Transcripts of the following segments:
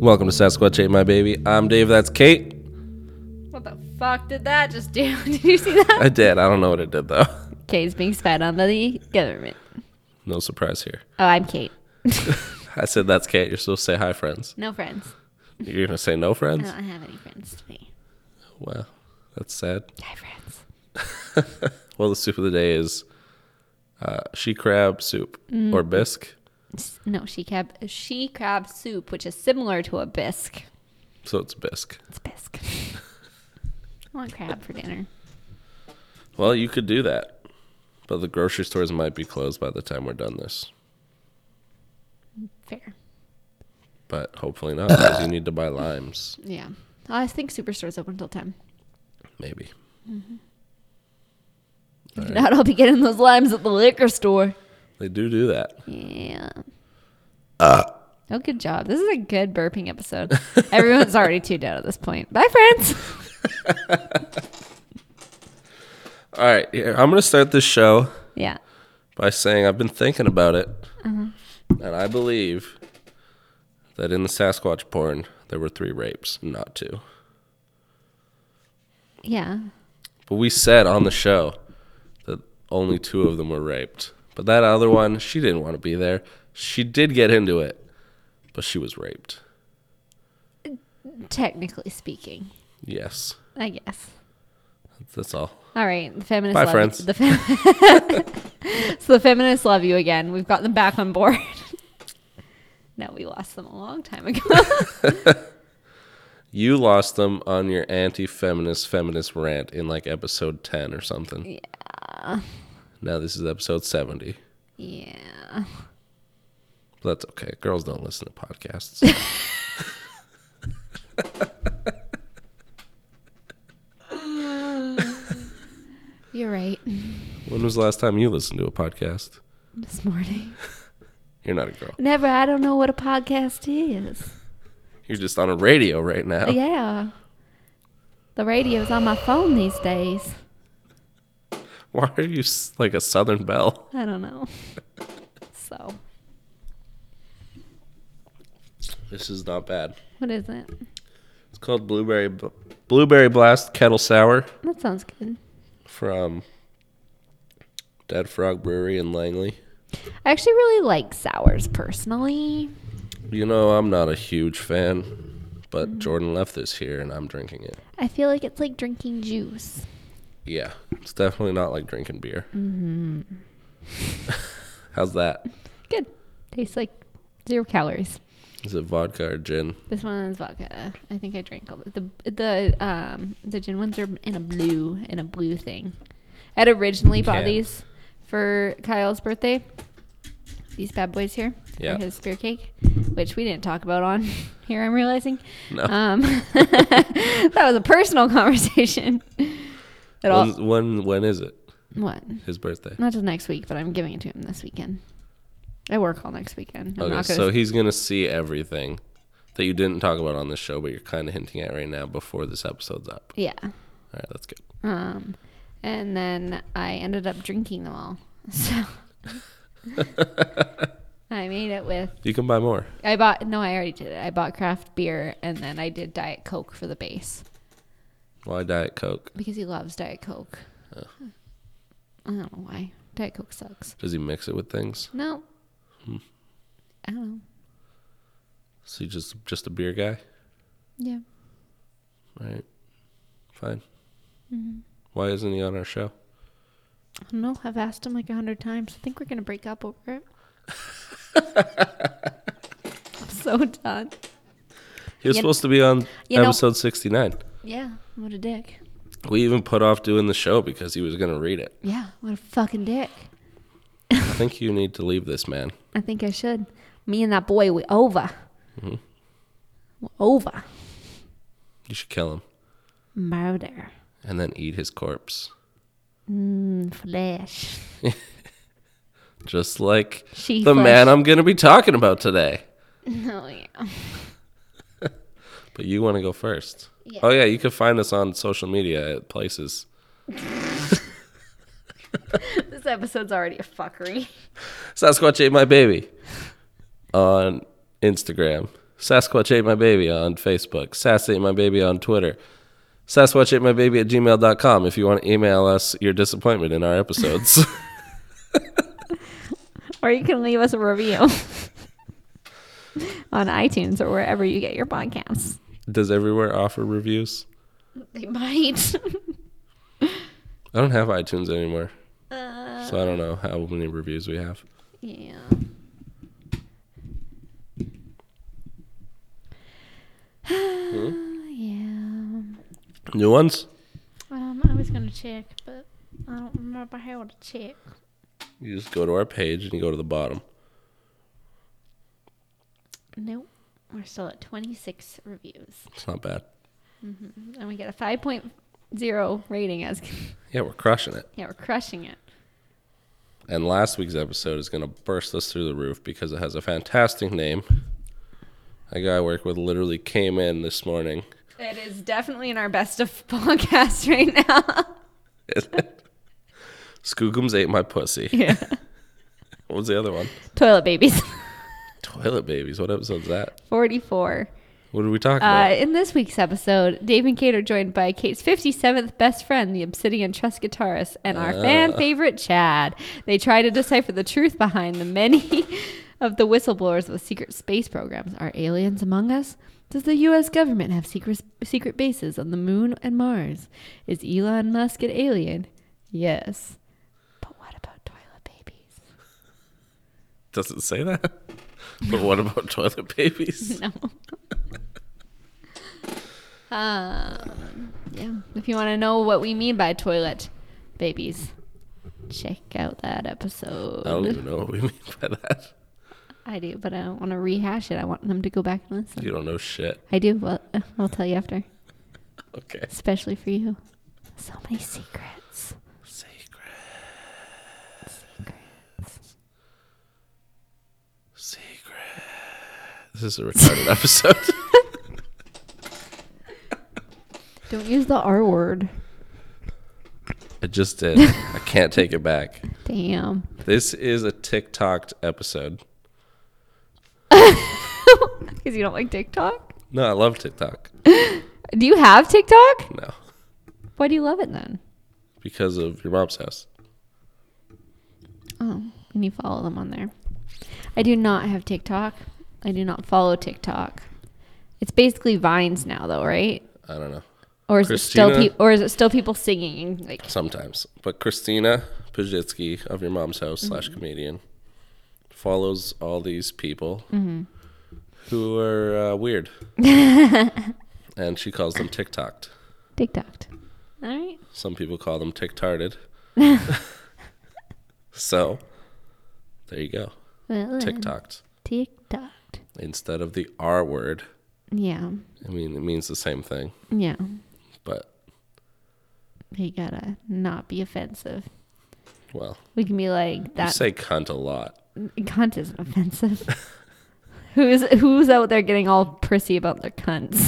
Welcome to Sasquatch Ate My Baby. I'm Dave. That's Kate. What the fuck did that just do? did you see that? I did. I don't know what it did though. Kate's being spied on by the government. No surprise here. Oh, I'm Kate. I said that's Kate. You're supposed to say hi, friends. No friends. You're gonna say no, I friends. don't have any friends today. Wow, that's sad. Hi, friends. Well, the soup of the day is uh, she crab soup or bisque. S- No, she crab, she crab soup, which is similar to a bisque. So it's bisque. It's bisque. I want crab for dinner. Well, you could do that, but the grocery stores might be closed by the time we're done this. Fair. But hopefully not, because you need to buy limes. Yeah. I think Superstore's open until 10. Maybe. If not, I'll be getting those limes at the liquor store. They do do that. Yeah. Oh, good job. This is a good burping episode. Everyone's already tuned out at this point. Bye, friends. All right, here, I'm gonna start this show Yeah. by saying I've been thinking about it, and I believe that in the Sasquatch porn there were three rapes, not two. Yeah. But we said on the show that only two of them were raped. But that other one, she didn't want to be there. She did get into it, but she was raped. Technically speaking, Yes, I guess. that's all. All right. The feminists Bye, love friends. You. The fem- so the feminists love you again. We've got them back on board. no, we lost them a long time ago. You lost them on your anti-feminist feminist rant in like episode 10 or something. Yeah. Now this is episode 70. yeah. But that's okay. Girls don't listen to podcasts. You're right. when was the last time you listened to a podcast? This morning. You're not a girl. Never. I don't know what a podcast is. You're just on a radio right now. Yeah. The radio's on my phone these days. Why are you s- like a Southern belle? I don't know. So, This is not bad. what is it? It's called Blueberry B- Blueberry Blast Kettle Sour That sounds good. from Dead Frog Brewery in Langley. I actually really like sours personally. You know, I'm not a huge fan, Mm-hmm. but Jordan left this here and I'm drinking it. I feel like it's like drinking juice. Yeah, it's definitely not like drinking beer. Mm-hmm. How's that? Good. Tastes like zero calories. Is it vodka or gin? This one is vodka. I think I drank all the the, the um the gin ones are in a blue in a blue thing. I'd originally bought Can. these for Kyle's birthday. These bad boys here. Yeah. For his spear cake, which we didn't talk about on here. I'm realizing. No. Um, that was a personal conversation. At all. When's- when when is it? What? His birthday. Not till next week, but I'm giving it to him this weekend. I work all next weekend. I'm Okay, not so gonna, he's gonna see everything that you didn't talk about on this show, but you're kind of hinting at right now before this episode's up. yeah. All right, that's good. Um, and then I ended up drinking them all. So I made it with. You can buy more. I bought no, I already did it. I bought craft beer and then I did Diet Coke for the base Why Diet Coke? because he loves Diet Coke. I don't know why Diet Coke sucks. Does he mix it with things? No, Hmm. I don't know. Is he just just a beer guy? Yeah, All right, fine. Mm-hmm. Why isn't he on our show? I don't know. I've asked him like a hundred times. I think we're gonna break up over it. I'm so done. He was You- supposed to be on you know- episode 69. Yeah, what a dick. We even put off doing the show because he was going to read it. Yeah, what a fucking dick. I think you need to leave this man. I think I should. Me and that boy, we over. Mm-hmm. We're over. You should kill him Murder. and then eat his corpse. Mm, flesh. Just like She the flesh. man I'm going to be talking about today. Oh, yeah. But you want to go first. Yeah. Oh, yeah. You can find us on social media at places. This episode's already a fuckery. Sasquatch ate my baby on Instagram, Sasquatch Ate My Baby on Facebook, Sass Ate My Baby on Twitter, Sasquatch Ate My Baby at gmail.com if you want to email us your disappointment in our episodes. Or you can leave us a review on iTunes or wherever you get your podcasts. Does everywhere offer reviews? They might. I don't have iTunes anymore, uh, so I don't know how many reviews we have. yeah. yeah. New ones? Um, I was gonna check, but I don't remember how to check. You just go to our page and you go to the bottom. Nope. We're still at 26 reviews. It's not bad. And we get a 5.0 rating as Yeah, we're crushing it. yeah, we're crushing it. And last week's episode is going to burst us through the roof because it has a fantastic name. A guy I work with literally came in this morning. It is definitely in our best of podcast right now. Skookums ate my pussy. Yeah. What was the other one? Toilet babies. Toilet babies. What episode's that? 44. What are we talking Uh, about? in this week's episode, Dave and Kate are joined by Kate's 57th best friend, the Obsidian Trust guitarist, and our fan favorite, Chad. They try to decipher the truth behind the many of the whistleblowers with secret space programs. Are aliens among us? Does the U.S. government have secret, secret bases on the moon and Mars? Is Elon Musk an alien? Yes. But what about toilet babies? Does it say that? but what about toilet babies? No. um, yeah. If you want to know what we mean by toilet babies, check out that episode. I don't even know what we mean by that. I do, but I don't want to rehash it. I want them to go back and listen. You don't know shit. I do. Well, uh, I'll tell you after, Okay. especially for you. So many secrets. Secret. Secrets. Secret. This is a retarded episode. Don't use the R word. I just did. I can't take it back. Damn. This is a TikTok episode. Because you don't like TikTok? No, I love TikTok. Do you have TikTok? No, Why do you love it then? because of your mom's house. Oh, and you follow them on there. I do not have TikTok. I do not follow TikTok. It's basically Vines now, though, right? I don't know. Or is it still Christina? pe- or is it still people singing? Like, Sometimes. But Christina Pajitsky of your mom's house slash comedian follows all these people who are uh, weird. and she calls them TikToked. TikTok. All right. Some people call them TikTarded. so there you go. Well, then, TikToked. TikTok. Instead of the R word. Yeah. I mean, it means the same thing, Yeah. but You gotta not be offensive. well, We can be like you that. say cunt a lot. cunt isn't offensive. who's who's out there getting all prissy about their cunts?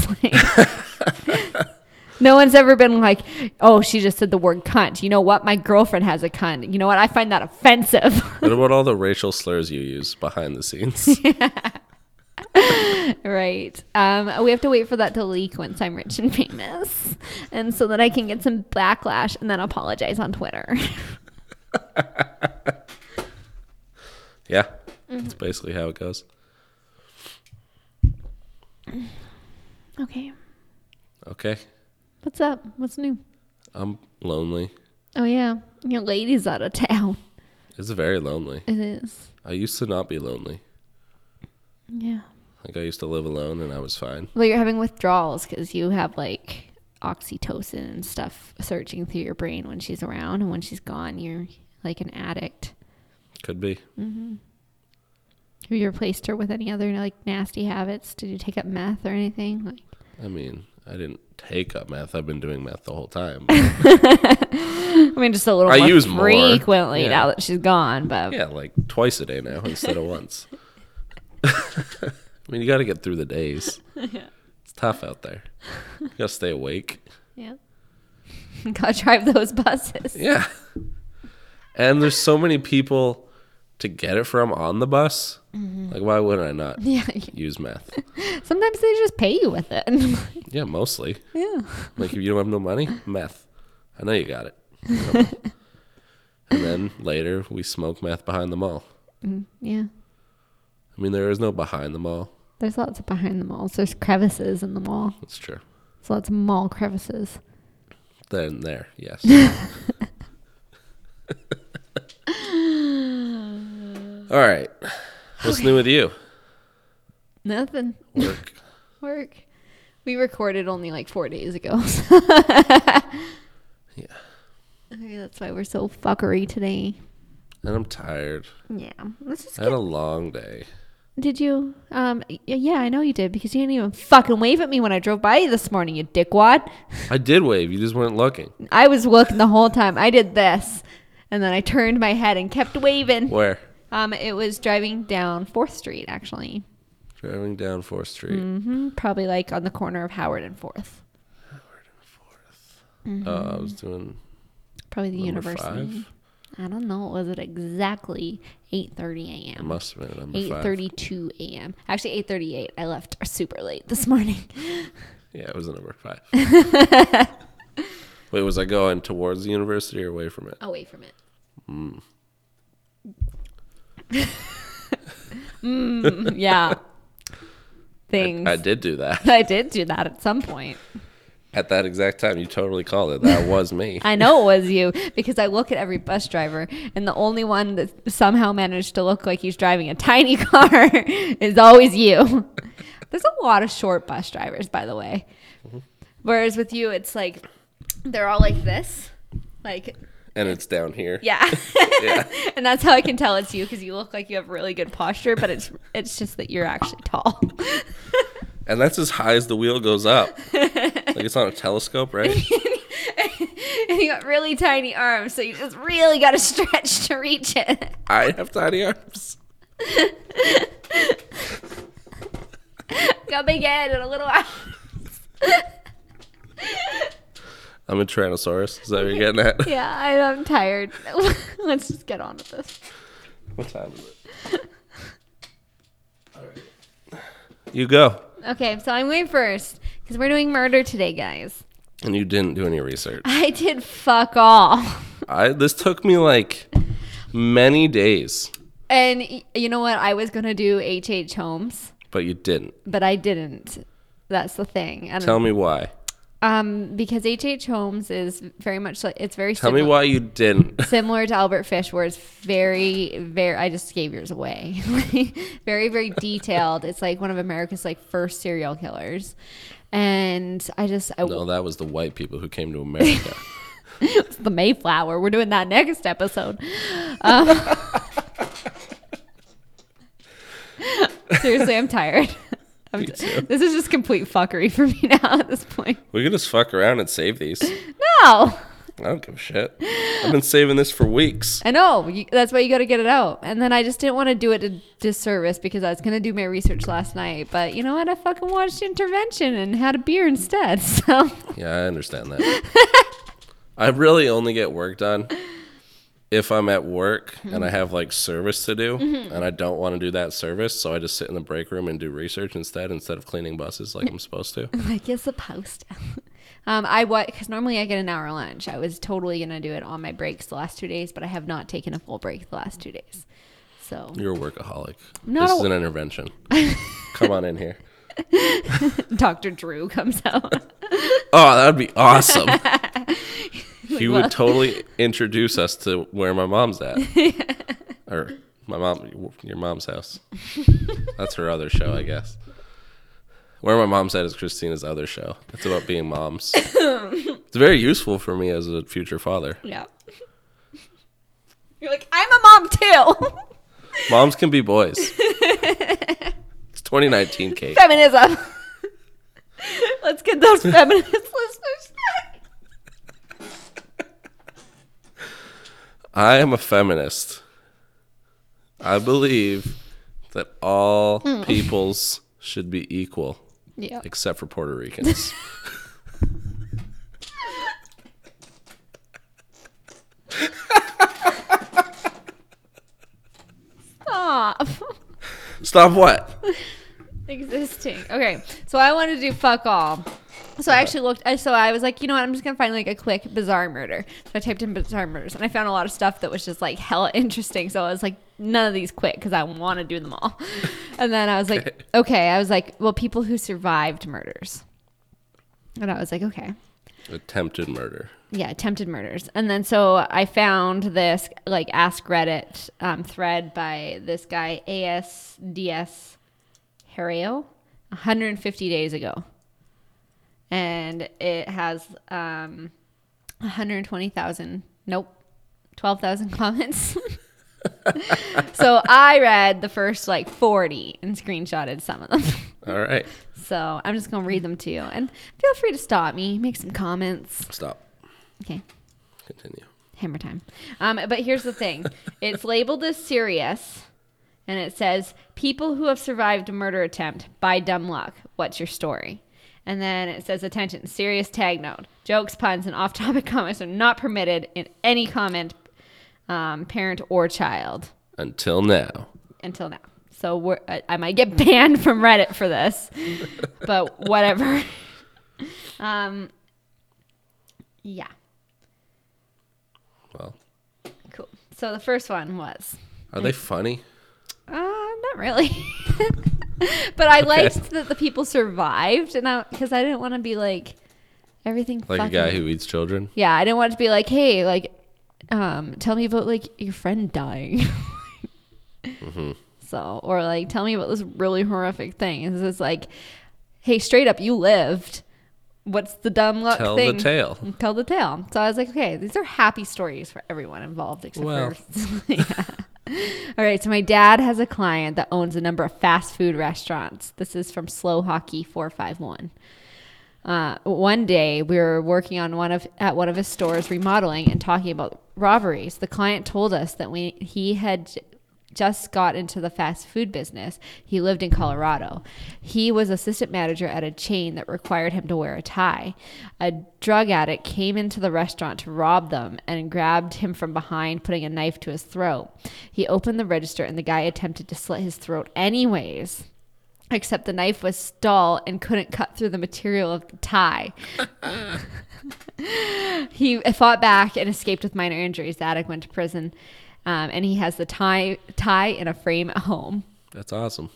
Like, no one's ever been like, "Oh, she just said the word cunt." You know what? My girlfriend has a cunt. You know what? I find that offensive. What about all the racial slurs you use behind the scenes? right. Um, we have to wait for that to leak once I'm rich and famous, and so that I can get some backlash and then apologize on Twitter. Yeah, that's basically how it goes. okay. Okay, What's up? What's new? I'm lonely. Oh yeah, your lady's out of town. It's very lonely. It is. I used to not be lonely. Yeah. Like I used to live alone and I was fine. Well, you're having withdrawals because you have like oxytocin and stuff searching through your brain when she's around, and when she's gone, you're like an addict. Could be. Have you replaced her with any other like nasty habits? Did you take up meth or anything? Like, I mean, I didn't take up meth. I've been doing meth the whole time. I mean, just a little I more use more, frequently yeah. now that she's gone, but yeah, like twice a day now instead of once. I mean, you got to get through the days. It's tough out there. You got to stay awake. yeah. Gotta drive those buses. Yeah. And there's so many people to get it from on the bus. Like, why would I not Yeah. use meth? Sometimes they just pay you with it. Yeah, mostly. yeah. Like, if you don't have no money, meth. I know you got it. Come on. and then later, we smoke meth behind the mall. Yeah. I mean, there is no behind the mall. There's lots of behind the malls. There's crevices in the mall. That's true. There's lots of mall crevices. Then there, yes. All right. What's new with you? Nothing. Work. Work. We recorded only like four days ago. Yeah. Maybe that's why we're so fuckery today. And I'm tired. Yeah. Let's just I had a long day. Did you? Um. y- Yeah, I know you did because you didn't even fucking wave at me when I drove by you this morning, you dickwad. I did wave. You just weren't looking. I was looking the whole time. I did this, and then I turned my head and kept waving. Where? Um. It was driving down Fourth Street actually. Driving down 4th Street. hmm Probably like on the corner of Howard and Fourth. Uh, I was doing Probably the number Mm-hmm. university. 5. I don't know. Was it exactly eight thirty It a.m. must have been at number 5. Eight thirty-two a.m. Actually, eight thirty-eight. I left super late this morning. Yeah, it was at number 5. Wait, was I going towards the university or away from it? away from it. Mm. yeah. Things. I did do that. I did do that at some point. At that exact time, you totally called it. That was me. I know it was you because I look at every bus driver, and the only one that somehow managed to look like he's driving a tiny car is always you. There's a lot of short bus drivers, by the way. Whereas with you, it's like they're all like this. Like, And it's down here. yeah. Yeah. and that's how I can tell it's you because you look like you have really good posture, but it's it's just that you're actually tall. And that's as high as the wheel goes up. like it's on a telescope, right? and you got really tiny arms, so you just really got to stretch to reach it. I have tiny arms. got a big head and a little eye. I'm a Tyrannosaurus. Is that what you're getting at? Yeah, I, I'm tired. Let's just get on with this. What time is it? You go. Okay, so I'm going first because we're doing murder today, guys. And you didn't do any research. I did fuck all. I this took me like many days, And y- you know what? I was going to do H.H. Holmes, but you didn't. but I didn't. That's the thing. And Tell me why. Um, because H.H. H. Holmes is very much like it's very Tell me simi- why you didn't. similar to Albert Fish, where it's very, very. I just gave yours away. very, very detailed. It's like one of America's like first serial killers, and I just I No, that was the white people who came to America. it's the Mayflower. We're doing that next episode. Um, seriously, I'm tired. I'm t- too. this is just complete fuckery for me now at this point. we could just fuck around and save these. I No. don't give a shit. I've been saving this for weeks. I know. You, that's why you got to get it out. And then I just didn't want to do it a disservice because I was going to do my research last night. But you know what? I fucking watched Intervention and had a beer instead. So Yeah, I understand that. I really only get work done if I'm at work and I have like service to do and I don't want to do that service, so I just sit in the break room and do research instead instead of cleaning buses like I'm supposed to. like you're supposed to. Um, I what because normally I get an hour lunch. I was totally gonna do it on my breaks the last two days, but I have not taken a full break the last two days. So You're a workaholic. No. This is an intervention. Come on in here. Dr. Drew comes out. Oh, that would be awesome. he Well- would totally introduce us to where my mom's at. Or my mom, your mom's house. That's her other show, I guess. Where my mom's at is Christina's other show. It's about being moms. it's very useful for me as a future father. yeah. You're like I'm a mom too. Moms can be boys. It's 2019, Kate. Feminism. Let's get those feminist listeners. back. I am a feminist. I believe that all peoples should be equal, Yeah. except for Puerto Ricans. Stop what? existing. Okay, so I want to do fuck all. So I actually looked. I- So I was like, you know what? I'm just gonna find like a quick bizarre murder. So I typed in bizarre murders, and I found a lot of stuff that was just like hella interesting. So I was like, none of these quick because I want to do them all. And then I was like, okay. I was like, well, people who survived murders. And I was like, okay. Attempted murder. Yeah, attempted murders. And then so I found this like Ask Reddit um, thread by this guy ASDS Harrio 150 days ago. And it has um, 120,000, nope, 12,000 comments. so I read the first like 40 and screenshotted some of them. All right. So I'm just going to read them to you. And feel free to stop me, make some comments. Stop. Okay. Continue. Hammer time. Um, but here's the thing it's labeled as serious, and it says, People who have survived a murder attempt by dumb luck. What's your story? And then it says, Attention, serious tag note. Jokes, puns, and off topic comments are not permitted in any comment, um, parent or child, Until now. until now. So we're, I, I might get banned from Reddit for this, but whatever. um, yeah. Well, Cool. So the first one was are they funny? uh, not really, but I liked that the people survived, and I because I didn't want to be like everything. Like fucking, a guy who eats children? Yeah, I didn't want to be like, hey, like, um, tell me about like your friend dying. Mm-hmm. So or like, tell me about this really horrific thing. It's just like, hey, straight up, you lived. What's the dumb luck Tell thing? the tale. Tell the tale. So I was like, okay, these are happy stories for everyone involved except Well. for. Yeah. All right, so my dad has a client that owns a number of fast food restaurants. This is from Slow Hockey 451. Uh, one day we were working on one of at one of his stores remodeling and talking about robberies. The client told us that we he had j- just got into the fast food business. He lived in Colorado. He was assistant manager at a chain that required him to wear a tie. A drug addict came into the restaurant to rob them and grabbed him from behind, putting a knife to his throat. He opened the register and the guy attempted to slit his throat anyways except the knife was stall and couldn't cut through the material of the tie. he fought back and escaped with minor injuries. The addict went to prison, um, and he has the tie tie in a frame at home. That's awesome.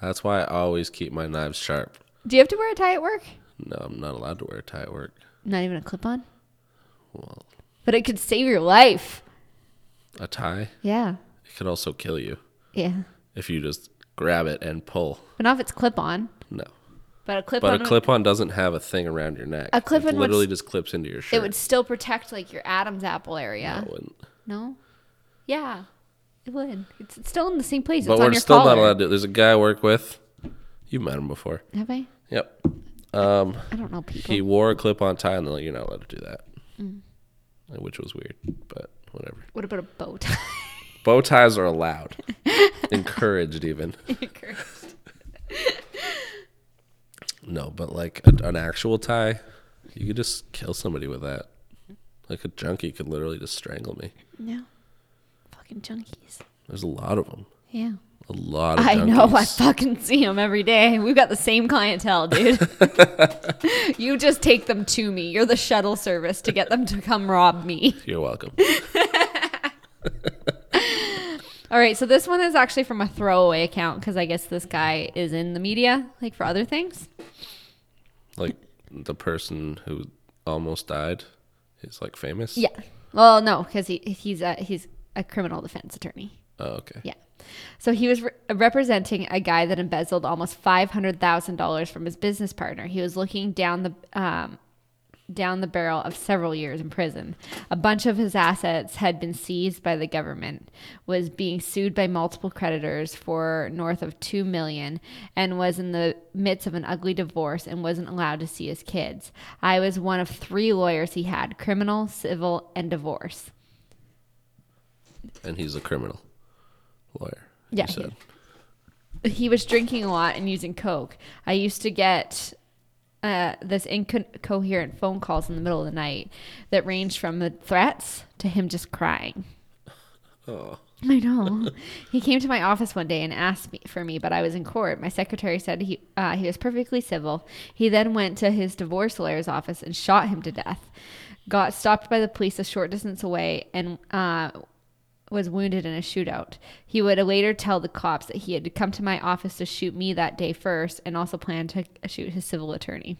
That's why I always keep my knives sharp. Do you have to wear a tie at work? No, I'm not allowed to wear a tie at work. Not even a clip on, Well, but it could save your life. a tie, Yeah, it could also kill you yeah, if you just grab it and pull. but not if it's clip on. No. But a clip But on, a clip on doesn't have a thing around your neck. A clip-on it would literally s- just clips into your shirt. it would still protect like your Adam's apple area. It wouldn't. No, yeah, it would. It's, it's still in the same place. But it's on we're your still not collar. allowed to. There's a guy I work with. You met him before. Have I? Yep. Um, I don't know people. he wore a clip-on tie, and they're like, "You're not allowed to do that," Mm. which was weird, but whatever. What about a bow tie? Bow ties are allowed, encouraged even. No, but like a, an actual tie, you could just kill somebody with that. Like a junkie could literally just strangle me. no. Fucking junkies. There's a lot of them. Yeah. A lot of I junkies. know. I fucking see them every day. We've got the same clientele, dude. you just take them to me. You're the shuttle service to get them to come rob me. You're welcome. All right. So this one is actually from a throwaway account because I guess this guy is in the media, like for other things. like the person who almost died is like famous. Yeah. Well, no, because he he's a he's a criminal defense attorney. Oh, okay. Yeah. So he was re- representing a guy that embezzled almost five hundred thousand dollars from his business partner. He was looking down the um, down the barrel of several years in prison. A bunch of his assets had been seized by the government, was being sued by multiple creditors for north of 2 million and was in the midst of an ugly divorce and wasn't allowed to see his kids. I was one of 3 lawyers he had, criminal, civil, and divorce. And he's a criminal lawyer. you Yeah, he- said. he was drinking a lot and using coke. I used to get uh, this incoherent phone calls in the middle of the night that ranged from the threats to him just crying. Oh, I know. he came to my office one day and asked me for me, but I was in court. My secretary said he uh, he was perfectly civil. He then went to his divorce lawyer's office and shot him to death. Got stopped by the police a short distance away and uh, was wounded in a shootout. He would later tell the cops that he had come to my office to shoot me that day first, and also planned to shoot his civil attorney.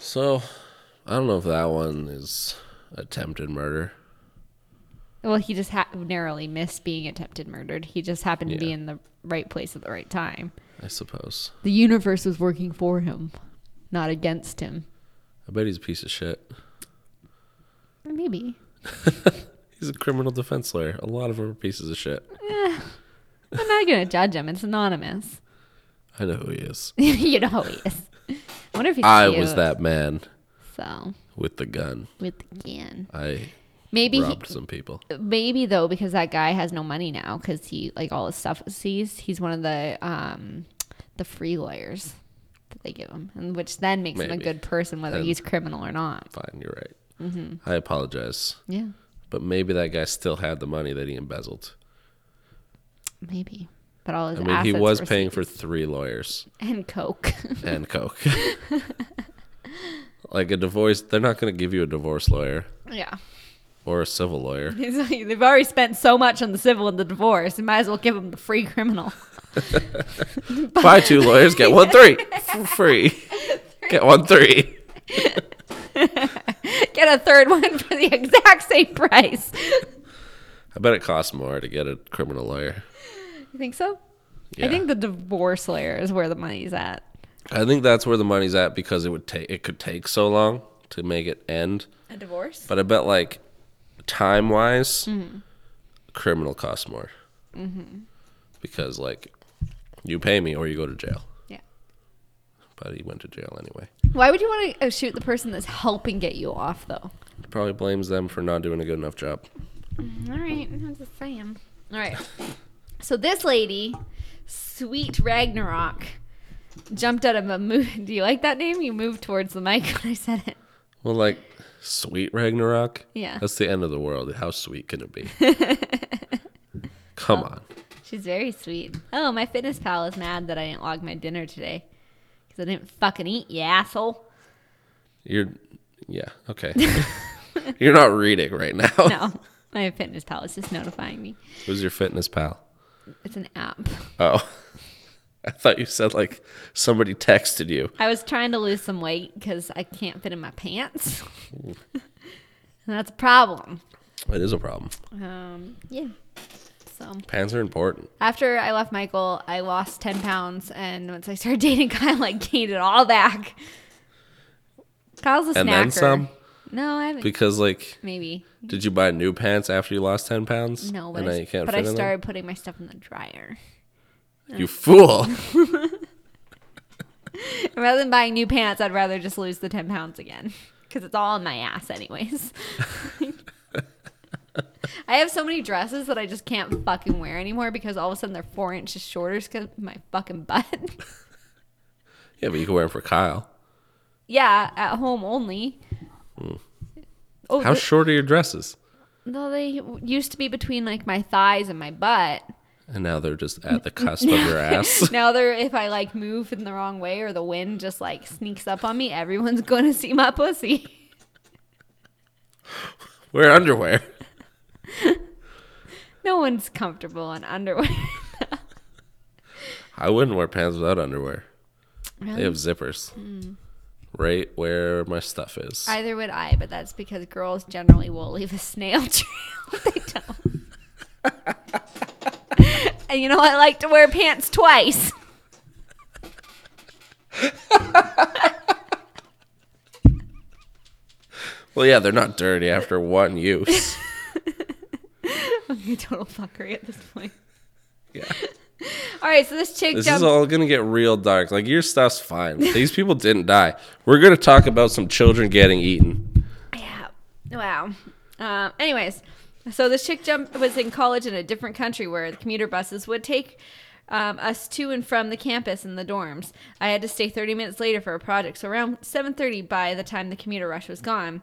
So, I don't know if that one is attempted murder. Well, he just ha- narrowly missed being attempted murdered. He just happened to be Yeah. in the right place at the right time. I suppose. The universe was working for him, not against him. I bet he's a piece of shit. Maybe. He's a criminal defense lawyer. A lot of them are pieces of shit. I'm not going to judge him. It's anonymous. I know who he is. you know who he is. I wonder if he's I cute. was that man So, with the gun. with the can. I Maybe, he, robbed some people. maybe though, because that guy has no money now because he, like, all his stuff was seized. He's one of the, um, the free lawyers that they give him, and which then makes him a Maybe. good person, whether Then- he's criminal or not. Fine, you're right. Mm-hmm. I apologize. Yeah, But maybe that guy still had the money that he embezzled. maybe. But all his I mean, he assets was were paying for seized. three lawyers and coke. and coke. like a divorce, they're not going to give you a divorce lawyer yeah. or a civil lawyer. He's like, They've already spent so much on the civil and the divorce. You might as well give them the free criminal. Buy two lawyers, get one three for free. Get one three. Get a third one for the exact same price. I bet it costs more to get a criminal lawyer. You think so? Yeah. I think the divorce lawyer is where the money's at. I think that's where the money's at because it would take it could take so long to make it end. A divorce? But I bet like time wise, Mm-hmm. criminal costs more because like you pay me or you go to jail. Yeah. But he went to jail anyway. Why would you want to shoot the person that's helping get you off, though? Probably blames them for not doing a good enough job. All right, I'm just saying. All right. So this lady, Sweet Ragnarok, jumped out of a move. Do you like that name? You moved towards the mic when I said it. Well, like sweet Ragnarok. Yeah. That's the end of the world. How sweet can it be? Come on. She's very sweet. Oh, my fitness pal is mad that I didn't log my dinner today because I didn't fucking eat, you asshole. You're yeah, okay. You're not reading right now. No, my fitness pal is just notifying me. Who's your fitness pal? It's an app. Oh. I thought you said like somebody texted you. I was trying to lose some weight because I can't fit in my pants. and that's a problem. It is a problem. Um, yeah. So Pants are important. after I left Michael, I lost 10 pounds. And once I started dating Kyle, I gained it all back. Kyle's a snacker. And then some? No, I haven't. Because like Maybe. did you buy new pants after you lost ten pounds? No, but and now I, you can't but fit I in them? started putting my stuff in the dryer. You fool. Rather than buying new pants, I'd rather just lose the 10 pounds again because it's all in my ass, anyways. I have so many dresses that I just can't fucking wear anymore because all of a sudden they're four inches shorter because my fucking butt. yeah, but you can wear them for Kyle. yeah, at home only. Oh, Hmm. How th- short are your dresses? no, they used to be between like my thighs and my butt. And now they're just at the cusp of your ass. Now they're if I like move in the wrong way or the wind just like sneaks up on me, everyone's gonna see my pussy. Wear underwear. No one's comfortable in underwear. I wouldn't wear pants without underwear. They have zippers. Right where my stuff is. Either would Mm. I, but that's because girls generally will leave a snail trail. they don't. and you know, I like to wear pants twice. well, yeah, they're not dirty after one use. I'm a total fuckery at this point. yeah. All right, so this chick This jumped. is all gonna get real dark. Like your stuff's fine. These people didn't die. We're gonna talk about some children getting eaten. Yeah. Wow. Um, anyways, so this chick jump was in college in a different country where the commuter buses would take um, us to and from the campus and the dorms. I had to stay 30 minutes later for a project, so around 7:30 by the time the commuter rush was gone.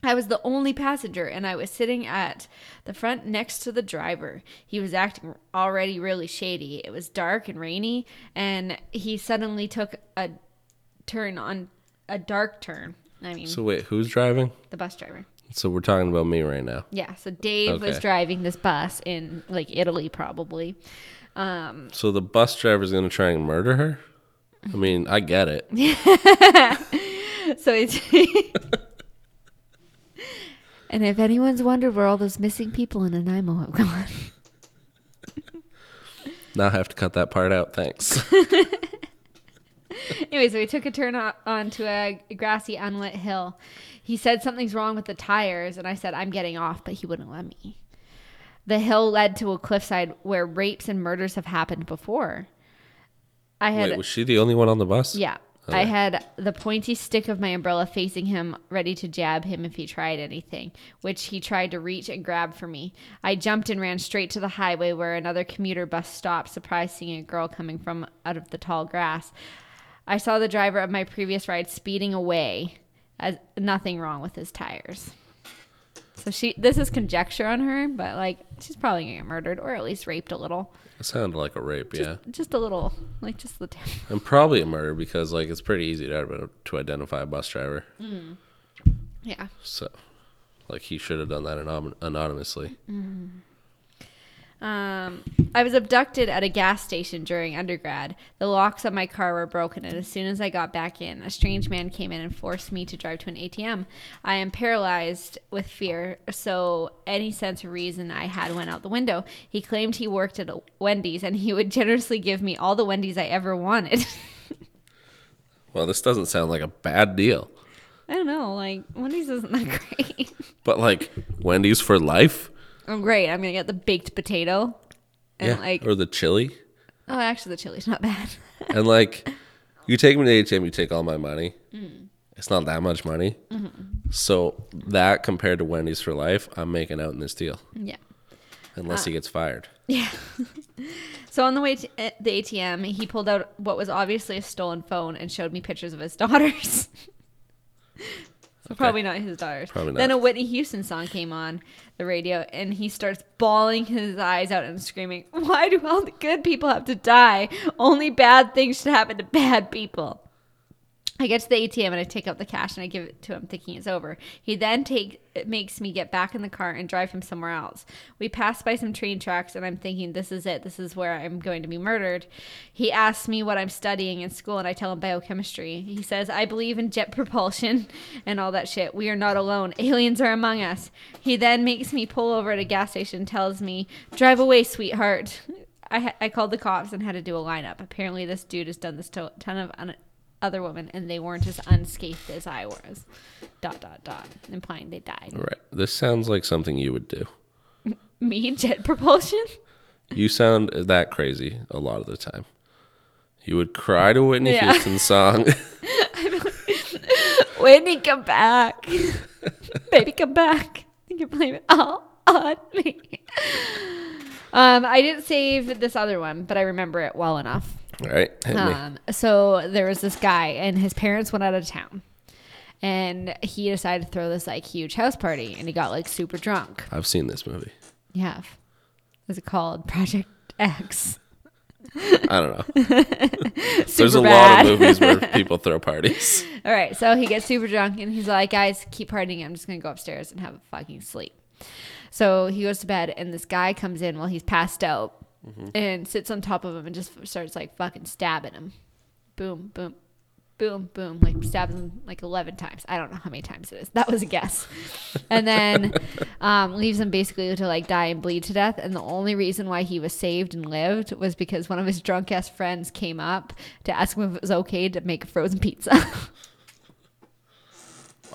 I was the only passenger, and I was sitting at the front next to the driver. He was acting already really shady. It was dark and rainy, and he suddenly took a turn on a dark turn. I mean, So wait, who's driving? the bus driver. So we're talking about me right now. Yeah, so Dave was Okay. driving this bus in like Italy, probably. Um, So the bus driver's gonna try and murder her. I mean, I get it. so it's. and if anyone's wondered where all those missing people in Nanaimo have gone, Now I have to cut that part out. Thanks. Anyway, so we took a turn o- onto a grassy, unlit hill. He said something's wrong with the tires, and I said, I'm getting off, but he wouldn't let me. The hill led to a cliffside where rapes and murders have happened before. I had, Wait, was she the only one on the bus? yeah, I had the pointy stick of my umbrella facing him, ready to jab him if he tried anything, which he tried to reach and grab for me. I jumped and ran straight to the highway where another commuter bus stopped, surprised seeing a girl coming from out of the tall grass. I saw the driver of my previous ride speeding away, as nothing wrong with his tires. So she, this is conjecture on her, but like she's probably gonna get murdered or at least raped a little, It sounded like a rape. yeah, just a little, like just the tip. and probably a murder because like it's pretty easy to to identify a bus driver. Yeah. So, like he should have done that anon- anonymously. Um, I was abducted at a gas station during undergrad. The locks on my car were broken, and as soon as I got back in, a strange man came in and forced me to drive to an ATM. I am paralyzed with fear, so any sense of reason I had went out the window. He claimed he worked at a Wendy's, and he would generously give me all the Wendy's I ever wanted. Well, this doesn't sound like a bad deal, I don't know, like Wendy's isn't that great. but like Wendy's for life. I'm Oh, great. I'm gonna get the baked potato, and yeah, like, or the chili, oh, actually, the chili's not bad. and like you take me to HM, you take all my money. Mm. It's not that much money. So that compared to Wendy's for life, I'm making out in this deal yeah. Ah. unless he gets fired. So on the way to eh, the ATM, he pulled out what was obviously a stolen phone and showed me pictures of his daughters. so probably not his daughters. Probably Then not. a Whitney Houston song came on the radio, and he starts bawling his eyes out and screaming, "Why do all the good people have to die? Only bad things should happen to bad people." I get to the ATM and I take out the cash and I give it to him, thinking it's over. He then take it makes me get back in the car and drive him somewhere else. We pass by some train tracks and I'm thinking, this is it. This is where I'm going to be murdered. He asks me what I'm studying in school and I tell him biochemistry. He says, I believe in jet propulsion and all that shit. We are not alone. Aliens are among us. He then makes me pull over at a gas station and tells me, drive away, sweetheart. I, ha- I called the cops and had to do a lineup. Apparently, this dude has done this to a ton of. Un- other women and they weren't as unscathed as I was. Dot dot dot, implying they died. All right, this sounds like something you would do. Me jet propulsion? You sound that crazy a lot of the time. You would cry to Whitney Yeah. Houston song. Whitney, come back, baby, come back. You can blame it all on me. Um, I didn't save this other one, but I remember it well enough. All right, hit me. Um, so there was this guy, and his parents went out of town, and he decided to throw this like huge house party, and he got like super drunk. I've seen this movie. You have, is it called Project X? I don't know. There's super a bad. lot of movies where people throw parties. All right, so he gets super drunk and he's like, guys, keep partying. I'm just going to go upstairs and have a fucking sleep. So he goes to bed and this guy comes in while he's passed out and sits on top of him and just starts like fucking stabbing him. Boom, boom, boom, boom. Like stabs him like 11 times. I don't know how many times it is. That was a guess. And then um, leaves him basically to like die and bleed to death. And the only reason why he was saved and lived was because one of his drunk ass friends came up to ask him if it was okay to make a frozen pizza.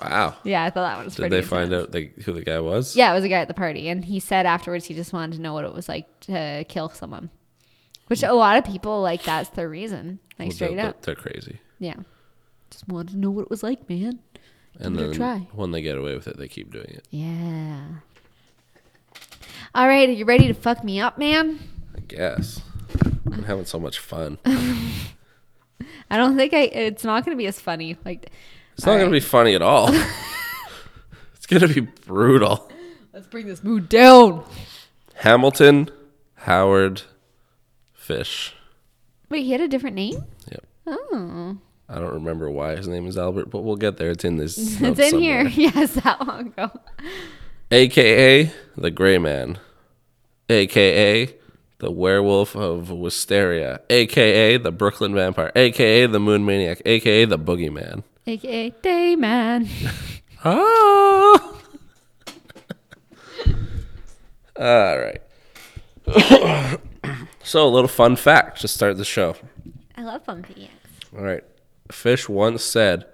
Wow. Yeah, I thought that one was Did pretty. they find intense. out they, who the guy was? Yeah, it was a guy at the party, and he said afterwards he just wanted to know what it was like to kill someone, which a lot of people like. That's their reason, like Well, straight they're, up. They're crazy. Yeah, just wanted to know what it was like, man. And it a then try. when they get away with it, they keep doing it. Yeah. All right, are you ready to fuck me up, man? I guess. I'm having so much fun. I don't think I. It's not going to be as funny. Like, It's not going to be funny at all. it's It's gonna be brutal. Let's bring this mood down. Hamilton, Howard, Fish. Wait, he had a different name? Yep. Oh. I don't remember why his name is Albert, but we'll get there. It's in this. It's in here. Yes, that long ago. AKA the Gray Man. AKA the Werewolf of Wisteria. AKA the Brooklyn Vampire. AKA the Moon Maniac. AKA the Boogeyman. AKA Dayman. Ah! All right. so, a little fun fact to start the show. I love fun facts. All right. Fish once said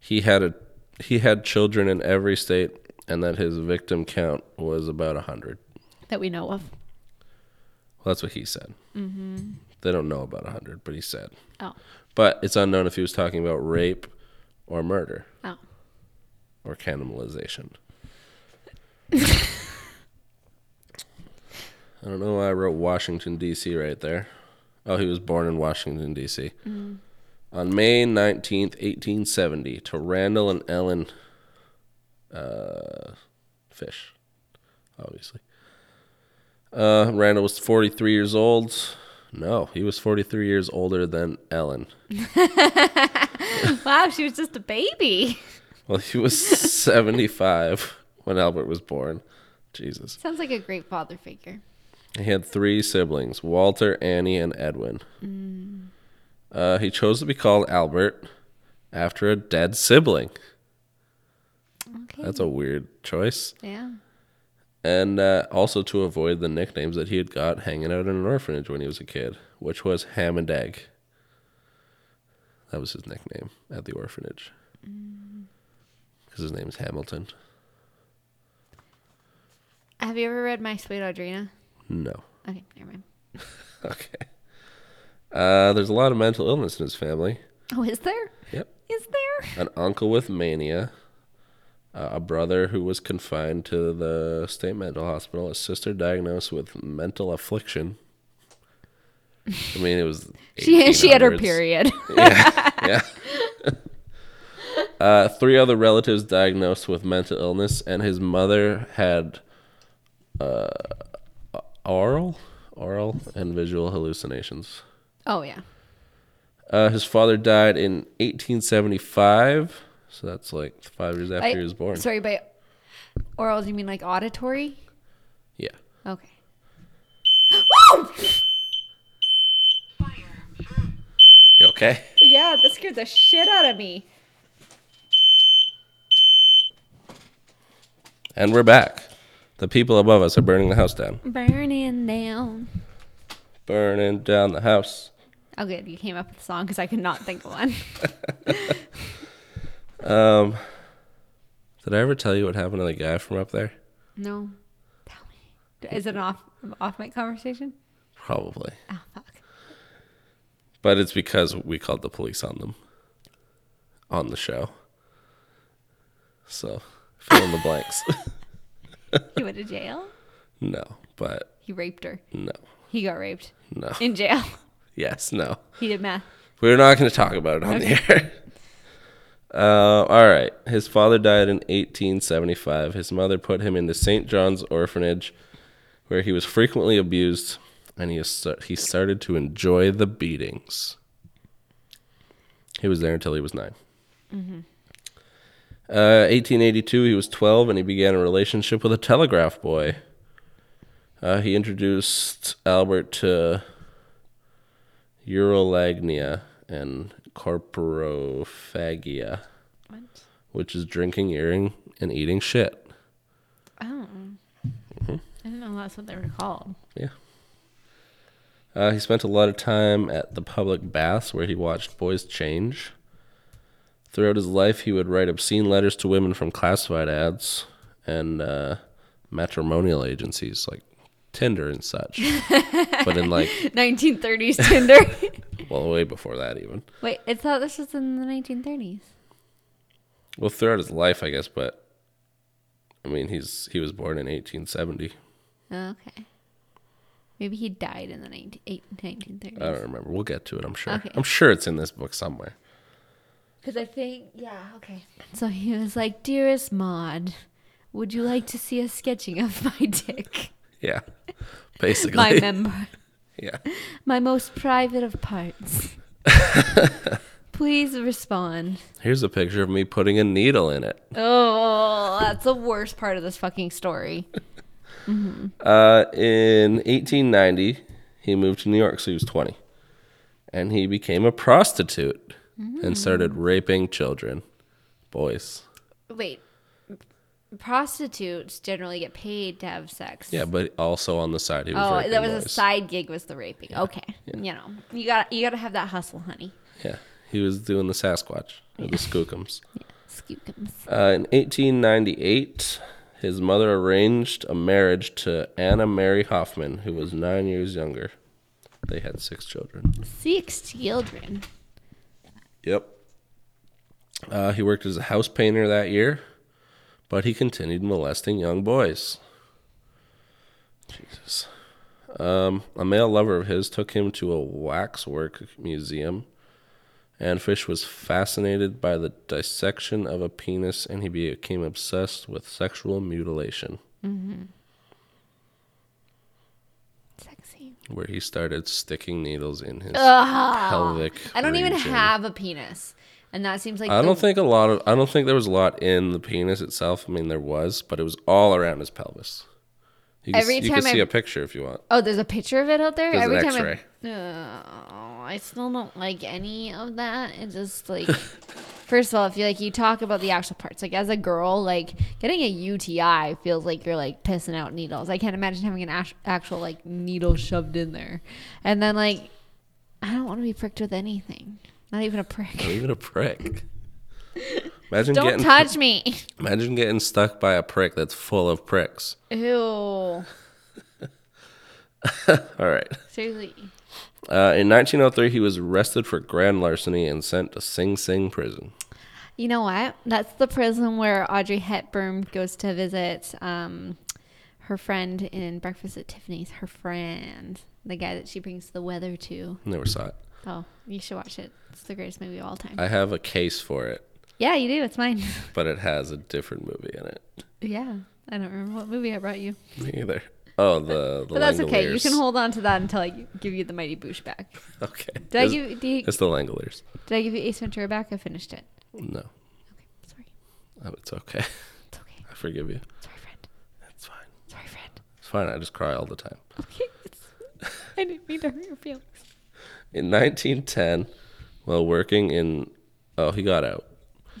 he had a he had children in every state and that his victim count was about 100. That we know of. Well, that's what he said. Mm-hmm. They don't know about 100, but he said. Oh. But it's unknown if he was talking about rape or murder Oh. or cannibalization. I don't know why I wrote Washington, D.C. right there. Oh, he was born in Washington, D.C. On May 19th, 1870, to Randall and Ellen uh, Fish, obviously. Uh, Randall was 43 years old. No, he was 43 years older than Ellen. Wow, she was just a baby. Well, he was 75 when Albert was born. Jesus. Sounds like a great father figure. He had three siblings Walter, Annie, and Edwin. Uh, he chose to be called Albert after a dead sibling. Okay. That's a weird choice. yeah. And uh, also to avoid the nicknames that he had got hanging out in an orphanage when he was a kid, which was Ham and Egg. That was his nickname at the orphanage. Because his name's Hamilton. Have you ever read My Sweet Audrina? No. Okay, never mind. Okay. Uh, there's a lot of mental illness in his family. Oh, is there? Yep. Is there? an uncle with mania, uh, a brother who was confined to the state mental hospital, a sister diagnosed with mental affliction. I mean, it was. She she had her 1800s. period. Yeah. yeah. uh, three other relatives diagnosed with mental illness, and his mother had uh, oral, oral, and visual hallucinations. oh yeah. Uh, his father died in 1875, so that's like five years after I- he was born. Sorry, by oral do you mean like auditory? Yeah. Okay. You okay? Yeah, that scared the shit out of me. And we're back. The people above us are burning the house down. Burning down. Burning down the house. Oh, good. You came up with a song because I could not think of one. Did I ever tell you what happened to the guy from up there? no. Tell me. Is it an off off mic conversation? Probably. Oh fuck. But it's because we called the police on them on the show. So fill in the blanks. He went to jail. No, but He raped her. no, He got raped no. in jail. Yes, no. He did math. We're not going to talk about it on the air. Uh, all right. His father died in 1875. His mother put him into St. John's Orphanage, where he was frequently abused, and he sta- he started to enjoy the beatings. He was there until he was 9 Uh, 1882, he was 12, and he began a relationship with a telegraph boy. Uh, he introduced Albert to urolagnia and corporophagia, What? which is drinking, eating, and eating shit. Oh. I didn't know that's what they were called. Yeah. Uh, he spent a lot of time at the public baths where he watched boys change. Throughout his life, he would write obscene letters to women from classified ads and uh, matrimonial agencies like Tinder and such. but in like, 1930s Tinder. well, way before that, even. Wait, I thought this was in the 1930s. Well, throughout his life, I guess, but I mean, he's he was born in 1870. Oh, okay. Maybe he died in the 19, eight- 1930s. Oh. I don't remember. We'll get to it. I'm sure. Okay. I'm sure it's in this book somewhere. Because I think, yeah, okay. So he was like, Dearest Maud, would you like to see a sketching of my dick? Yeah. Basically. My member. yeah. My most private of parts. Please respond. Here's a picture of me putting a needle in it. Oh, that's the worst part of this fucking story. Uh, in 1890, he moved to New York, so he was 20. And he became a prostitute Mm. and started raping children, boys. Wait. Prostitutes generally get paid to have sex. Yeah, but also on the side, he was Oh, raping that was a boys. side gig was the raping. Okay. You know. You got to you got to have that hustle, honey. Yeah, he was doing the Sasquatch or the Skookums. Skookums. Uh, in 1898, his mother arranged a marriage to Anna Mary Hoffman, who was nine years younger. They had six children. Six children. Yep. Uh, he worked as a house painter that year, but he continued molesting young boys. Jesus. Um, a male lover of his took him to a waxwork museum, and Fish was fascinated by the dissection of a penis, and he became obsessed with sexual mutilation, Sexy. where he started sticking needles in his Ugh. pelvic. I don't even region. have a penis. And that seems like I the- don't think a lot of I don't think there was a lot in the penis itself. I mean, there was, but it was all around his pelvis. You can, Every you can time I- see a picture if you want. Oh, there's a picture of it out there. There's an Every time I, oh, I still don't like any of that. It just like, first of all, I feel like you talk about the actual parts. Like as a girl, like getting a UTI feels like you're like pissing out needles. I can't imagine having an ash- actual like needle shoved in there, and then like, I don't want to be pricked with anything. Not even a prick. Not even a prick. Imagine Don't getting touch me. imagine getting stuck by a prick that's full of pricks. Ew. All right. Seriously. Uh, in 1903, he was arrested for grand larceny and sent to Sing Sing prison. You know what? That's the prison where Audrey Hepburn goes to visit um, her friend in Breakfast at Tiffany's. Her friend, the guy that she brings the weather to. Never saw it. Oh, you should watch it. It's the greatest movie of all time. I have a case for it, yeah, you do. It's mine. but it has a different movie in it. yeah, I don't remember what movie I brought you, Me either. Oh, the, the but that's okay. You Langoliers. can hold on to that until I give you the Mighty Boosh back. Okay. Did I It's- give did, you, It's the Langoliers. did I give you Ace Ventura back? I finished it. No. Okay, sorry. Oh, it's okay. It's okay. I forgive you. Sorry, friend. It's fine. Sorry, friend. It's fine. I just cry all the time. Okay, it's, I didn't mean to hurt your feelings. In 1910, while working in. Oh, he got out.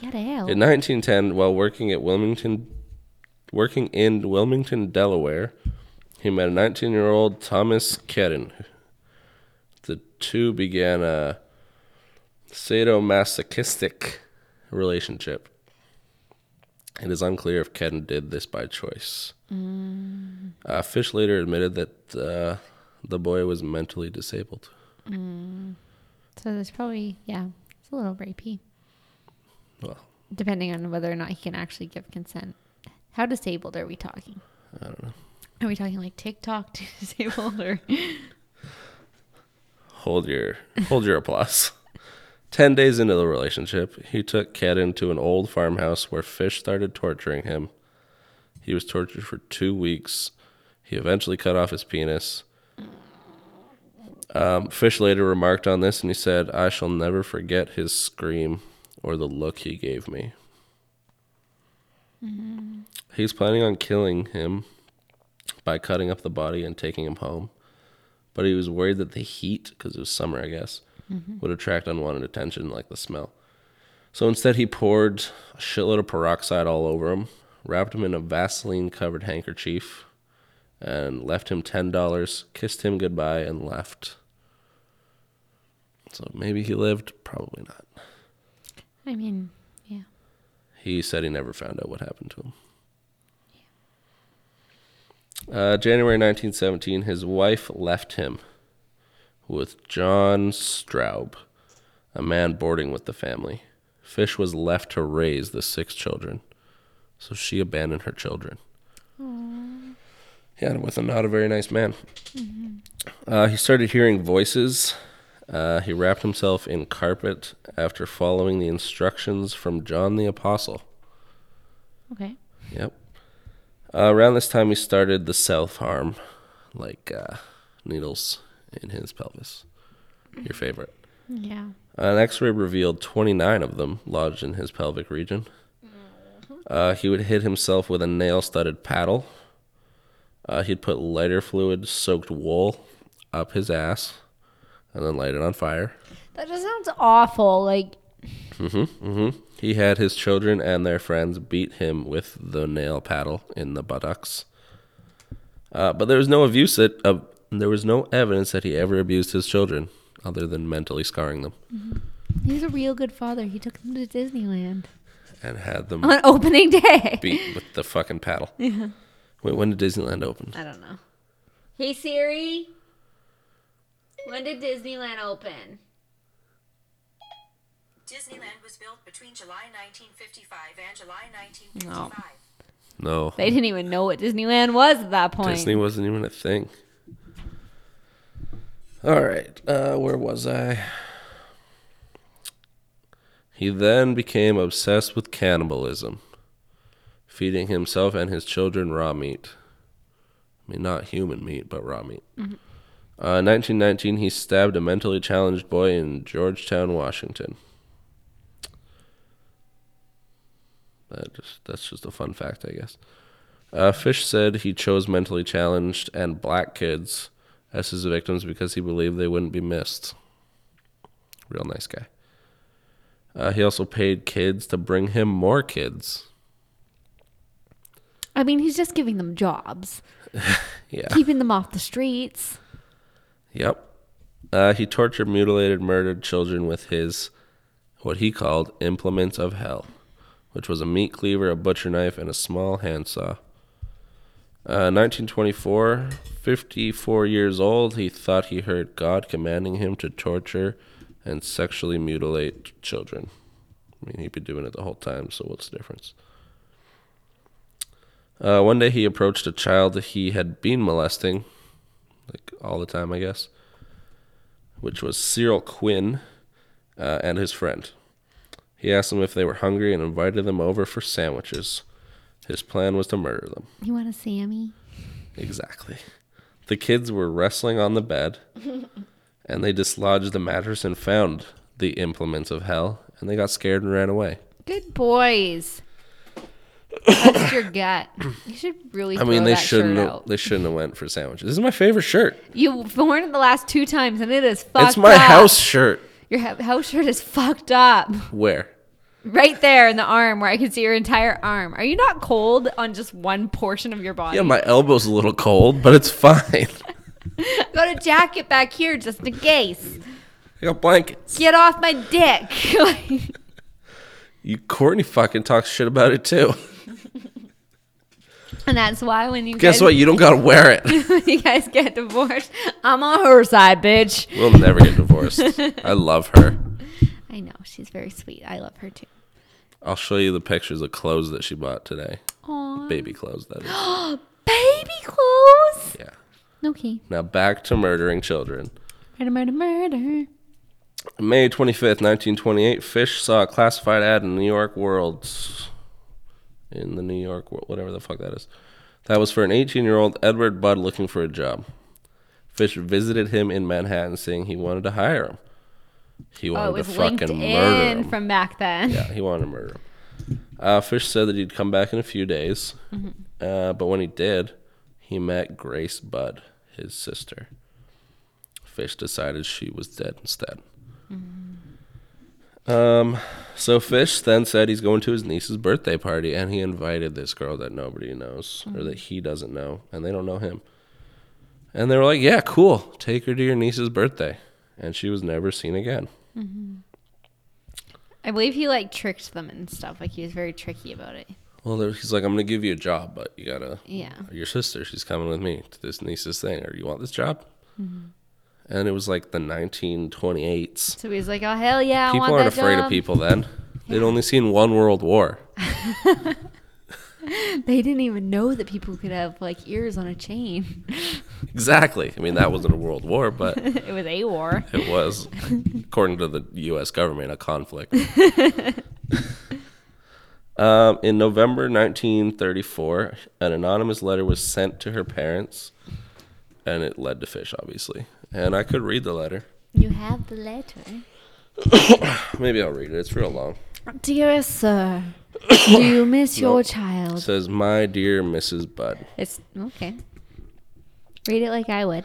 You gotta help. In 1910, while working at Wilmington. Working in Wilmington, Delaware, he met a 19 year old Thomas Kedden. The two began a sadomasochistic relationship. It is unclear if Kedden did this by choice. Uh, Fish later admitted that uh, the boy was mentally disabled. So there's probably yeah, it's a little rapey, Well, depending on whether or not he can actually give consent. How disabled are we talking? I don't know. Are we talking like TikTok disabled or? Hold your hold your applause. Ten days into the relationship, he took Kedden to an old farmhouse where Fish started torturing him. He was tortured for two weeks. He eventually cut off his penis. Um, Fish later remarked on this and he said, I shall never forget his scream or the look he gave me. He's planning on killing him by cutting up the body and taking him home but he was worried that the heat, because it was summer, I guess, would attract unwanted attention, like the smell. So instead, he poured a shitload of peroxide all over him, wrapped him in a Vaseline covered handkerchief, and left him $10, kissed him goodbye, and left. So maybe he lived, probably not. I mean, yeah. He said he never found out what happened to him. Uh, January 1917, his wife left him with John Straub, a man boarding with the family. Fish was left to raise the six children, so she abandoned her children. Yeah, and with a not a very nice man. Uh, he started hearing voices Uh, he wrapped himself in carpet after following the instructions from John the Apostle. Okay. Yep. Uh, around this time, he started the self harm, like uh, needles in his pelvis. Your favorite. Uh, Yeah. An x ray revealed 29 of them lodged in his pelvic region. Uh, he would hit himself with a nail studded paddle. Uh, he'd put lighter fluid soaked wool up his ass and then light it on fire. That just sounds awful. Like hmm He had his children and their friends beat him with the nail paddle in the buttocks. Uh, but there was no abuse that uh, there was no evidence that he ever abused his children, other than mentally scarring them he's a real good father. He took them to Disneyland and had them on opening day. beat with the fucking paddle. Wait, when did Disneyland open? I don't know. Hey Siri, when did Disneyland open? Disneyland was built between July 1955 and July 1955. No, They didn't even know what Disneyland was at that point. Disney wasn't even a thing. All right, uh, where was I? He then became obsessed with cannibalism, feeding himself and his children raw meat. I mean, not human meat, but raw meat. Uh, in 1919, he stabbed a mentally challenged boy in Georgetown, Washington. That just, that's just a fun fact, I guess. Uh, Fish said he chose mentally challenged and black kids as his victims because he believed they wouldn't be missed. Real nice guy. Uh, he also paid kids to bring him more kids. I mean, he's just giving them jobs, Yeah. keeping them off the streets. Yep. Uh, he tortured, mutilated, murdered children with his, what he called, implements of hell, which was a meat cleaver, a butcher knife, and a small handsaw. Uh, 1924, 54 years old, he thought he heard God commanding him to torture and sexually mutilate children. I mean, he'd been doing it the whole time, so what's the difference? Uh, one day he approached a child he had been molesting like all the time, I guess, which was Cyril Quinn uh, and his friend. He asked them if they were hungry and invited them over for sandwiches. His plan was to murder them. You want a Sammy? Exactly. The kids were wrestling on the bed, and they dislodged the mattress and found the implements of hell, and they got scared and ran away. Good boys. That's your gut. You should really. I mean, they shouldn't. Shirt Have, out. they shouldn't have went for sandwiches. This is my favorite shirt. You've worn it the last two times, and it is fucked. it's my up. house shirt. Your ha- house shirt is fucked up. Where? Right there in the arm, where I can see your entire arm. Are you not cold on just one portion of your body? Yeah, my elbow's a little cold, but it's fine. Got a jacket back here just in case. I got blankets. Get off my dick. You Courtney fucking talks shit about it too. and that's why when you Guess guys, what? You don't gotta wear it. when you guys get divorced, I'm on her side, bitch. We'll never get divorced. I love her. I know she's very sweet. I love her too. I'll show you the pictures of clothes that she bought today. Aw, Baby clothes, that is. baby clothes. Yeah. Okay, Now back to murdering children. murder, murder, murder. May 25th, 1928, Fish saw a classified ad in the New York World. In the New York World, whatever the fuck that is. That was for an 18 year old Edward Budd looking for a job. Fish visited him in Manhattan saying he wanted to hire him. He Oh, it wanted to was linked fucking murder in him. from back then. Yeah, he wanted to murder him. Uh, Fish said that he'd come back in a few days, uh, but when he did, he met Grace Budd, his sister. Fish decided she was dead instead. Um, so Fish then said he's going to his niece's birthday party, and he invited this girl that nobody knows or that he doesn't know, and they don't know him. And they were like, "Yeah, cool. Take her to your niece's birthday," and she was never seen again. I believe he like tricked them and stuff. Like he was very tricky about it. Well, there, he's like, I'm going to give you a job, but you got to. Yeah. Your sister, she's coming with me to this niece's thing. Or you want this job? Mm-hmm. And it was like the 1928s. So he was like, "Oh hell yeah, I people want aren't that afraid job." of people then. They'd only seen one world war. They didn't even know that people could have like ears on a chain. Exactly. I mean, that wasn't a world war, but it was a war. it was, according to the U.S. government, a conflict. um, in November 1934, an anonymous letter was sent to her parents, and it led to fish, obviously. And I could read the letter. You have the letter. Maybe I'll read it. It's real long. Dearest sir, do you miss your It child? says, "My dear Mrs. Budd." It's okay. Read it like I would.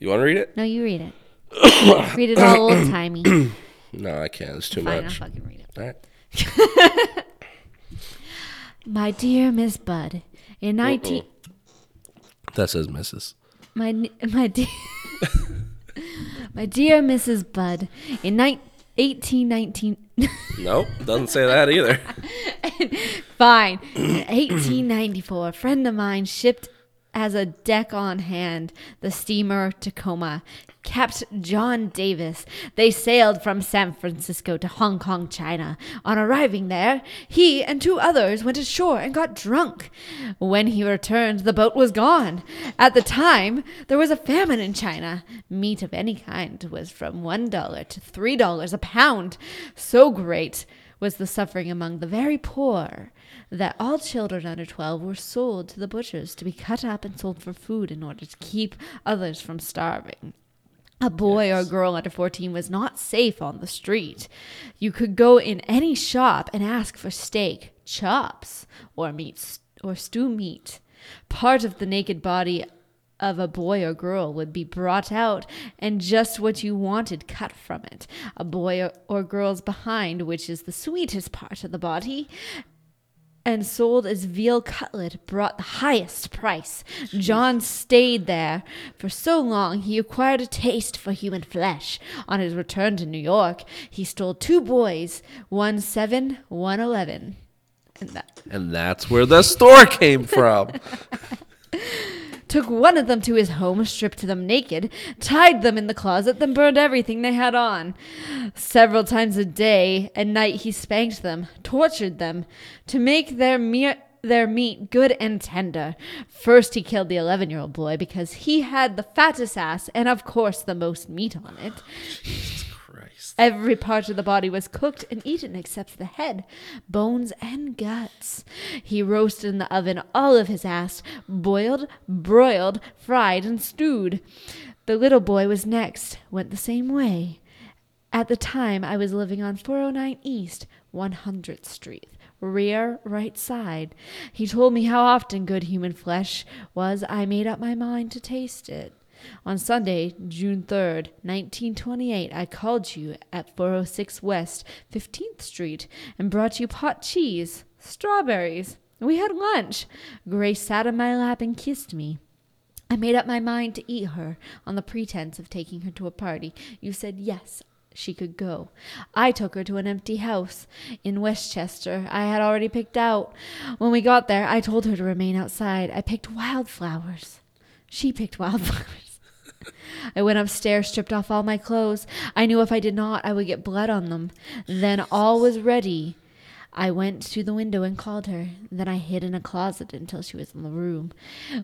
You want to read it? No, you read it. read it all old timey. Fine, No, I can't. It's too I'll much. fucking read it. All right. My dear Miss Bud, in 19. That says Mrs. my n- my dear my dear Mrs. Budd, in nine- 1819 Nope, doesn't say that either. fine, in 1894, a friend of mine shipped as a deck on hand the steamer Tacoma. Capt. John Davis. They sailed from San Francisco to Hong Kong, China. On arriving there, he and two others went ashore and got drunk. When he returned, the boat was gone. At the time, there was a famine in China. Meat of any kind was from $1 to $3 a pound. So great was the suffering among the very poor that all children under 12 were sold to the butchers to be cut up and sold for food in order to keep others from starving. A boy or girl under 14 was not safe on the street. You could go in any shop and ask for steak, chops, or meat s- or stew meat. Part of the naked body of a boy or girl would be brought out and just what you wanted cut from it. A boy or, or girl's behind, which is the sweetest part of the body, and sold as veal cutlet brought the highest price. John stayed there for so long he acquired a taste for human flesh. On his return to New York, he stole two boys, one seven, one eleven. And that And that's where the store came from. took one of them to his home, stripped them naked, tied them in the closet, then burned everything they had on. Several times a day and night he spanked them, tortured them, to make their mere their meat good and tender. First, he killed the 11 year old boy because he had the fattest ass and, of course, the most meat on it. Christ. Every part of the body was cooked and eaten except the head, bones, and guts. He roasted in the oven all of his ass, boiled, broiled, fried, and stewed. The little boy was next, went the same way. At the time, I was living on 409 East, 100th Street, rear right side. He told me how often good human flesh was. I made up my mind to taste it. On Sunday, June 3rd, 1928, I called you at 406 West 15th Street and brought you pot cheese, strawberries. We had lunch. Grace sat on my lap and kissed me. I made up my mind to eat her on the pretense of taking her to a party. You said yes, she could go. I took her to an empty house in Westchester I had already picked out. When we got there, I told her to remain outside. I picked wildflowers. She picked wildflowers. I went upstairs, stripped off all my clothes. I knew if I did not, I would get blood on them. Then all was ready. I went to the window and called her. Then I hid in a closet until she was in the room.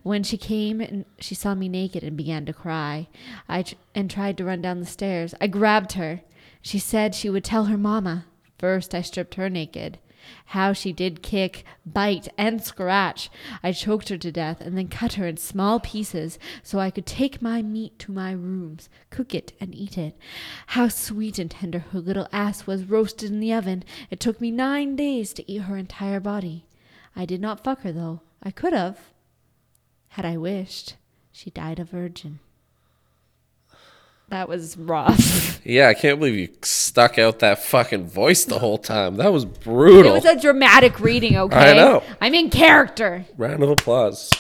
When she came, and she saw me naked and began to cry. I tr- and tried to run down the stairs. I grabbed her. She said she would tell her mamma. First, I stripped her naked. How she did kick, bite, and scratch. I choked her to death and then cut her in small pieces so I could take my meat to my rooms, cook it, and eat it. How sweet and tender her little ass was roasted in the oven. It took me nine days to eat her entire body. I did not fuck her, though. I could have, had I wished. She died a virgin. That was rough. Yeah, I can't believe you stuck out that fucking voice the whole time. That was brutal. it was a dramatic reading, okay? I know. I'm in character. Round of applause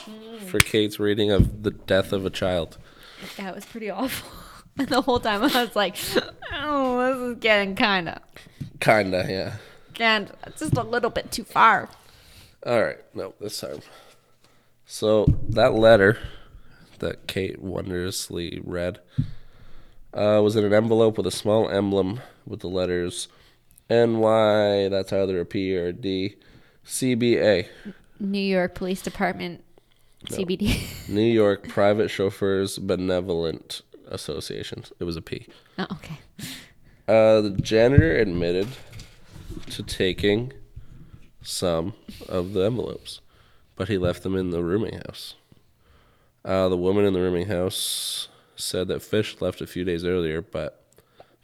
for Kate's reading of The Death of a Child. That was pretty awful. And the whole time I was like, oh, this is getting kind of, Kinda, yeah. and just a little bit too far. All right, no, this time. So that letter that Kate wondrously read uh, was in an envelope with a small emblem with the E letters NY, that's either a P or a D, CBA. New York Police Department CBD. New York Private Chauffeurs Benevolent Association. It was a P. oh, okay. Uh, the janitor admitted to taking some of the envelopes, but he left them in the rooming house. Uh, the woman in the rooming house said that Fish left a few days earlier, but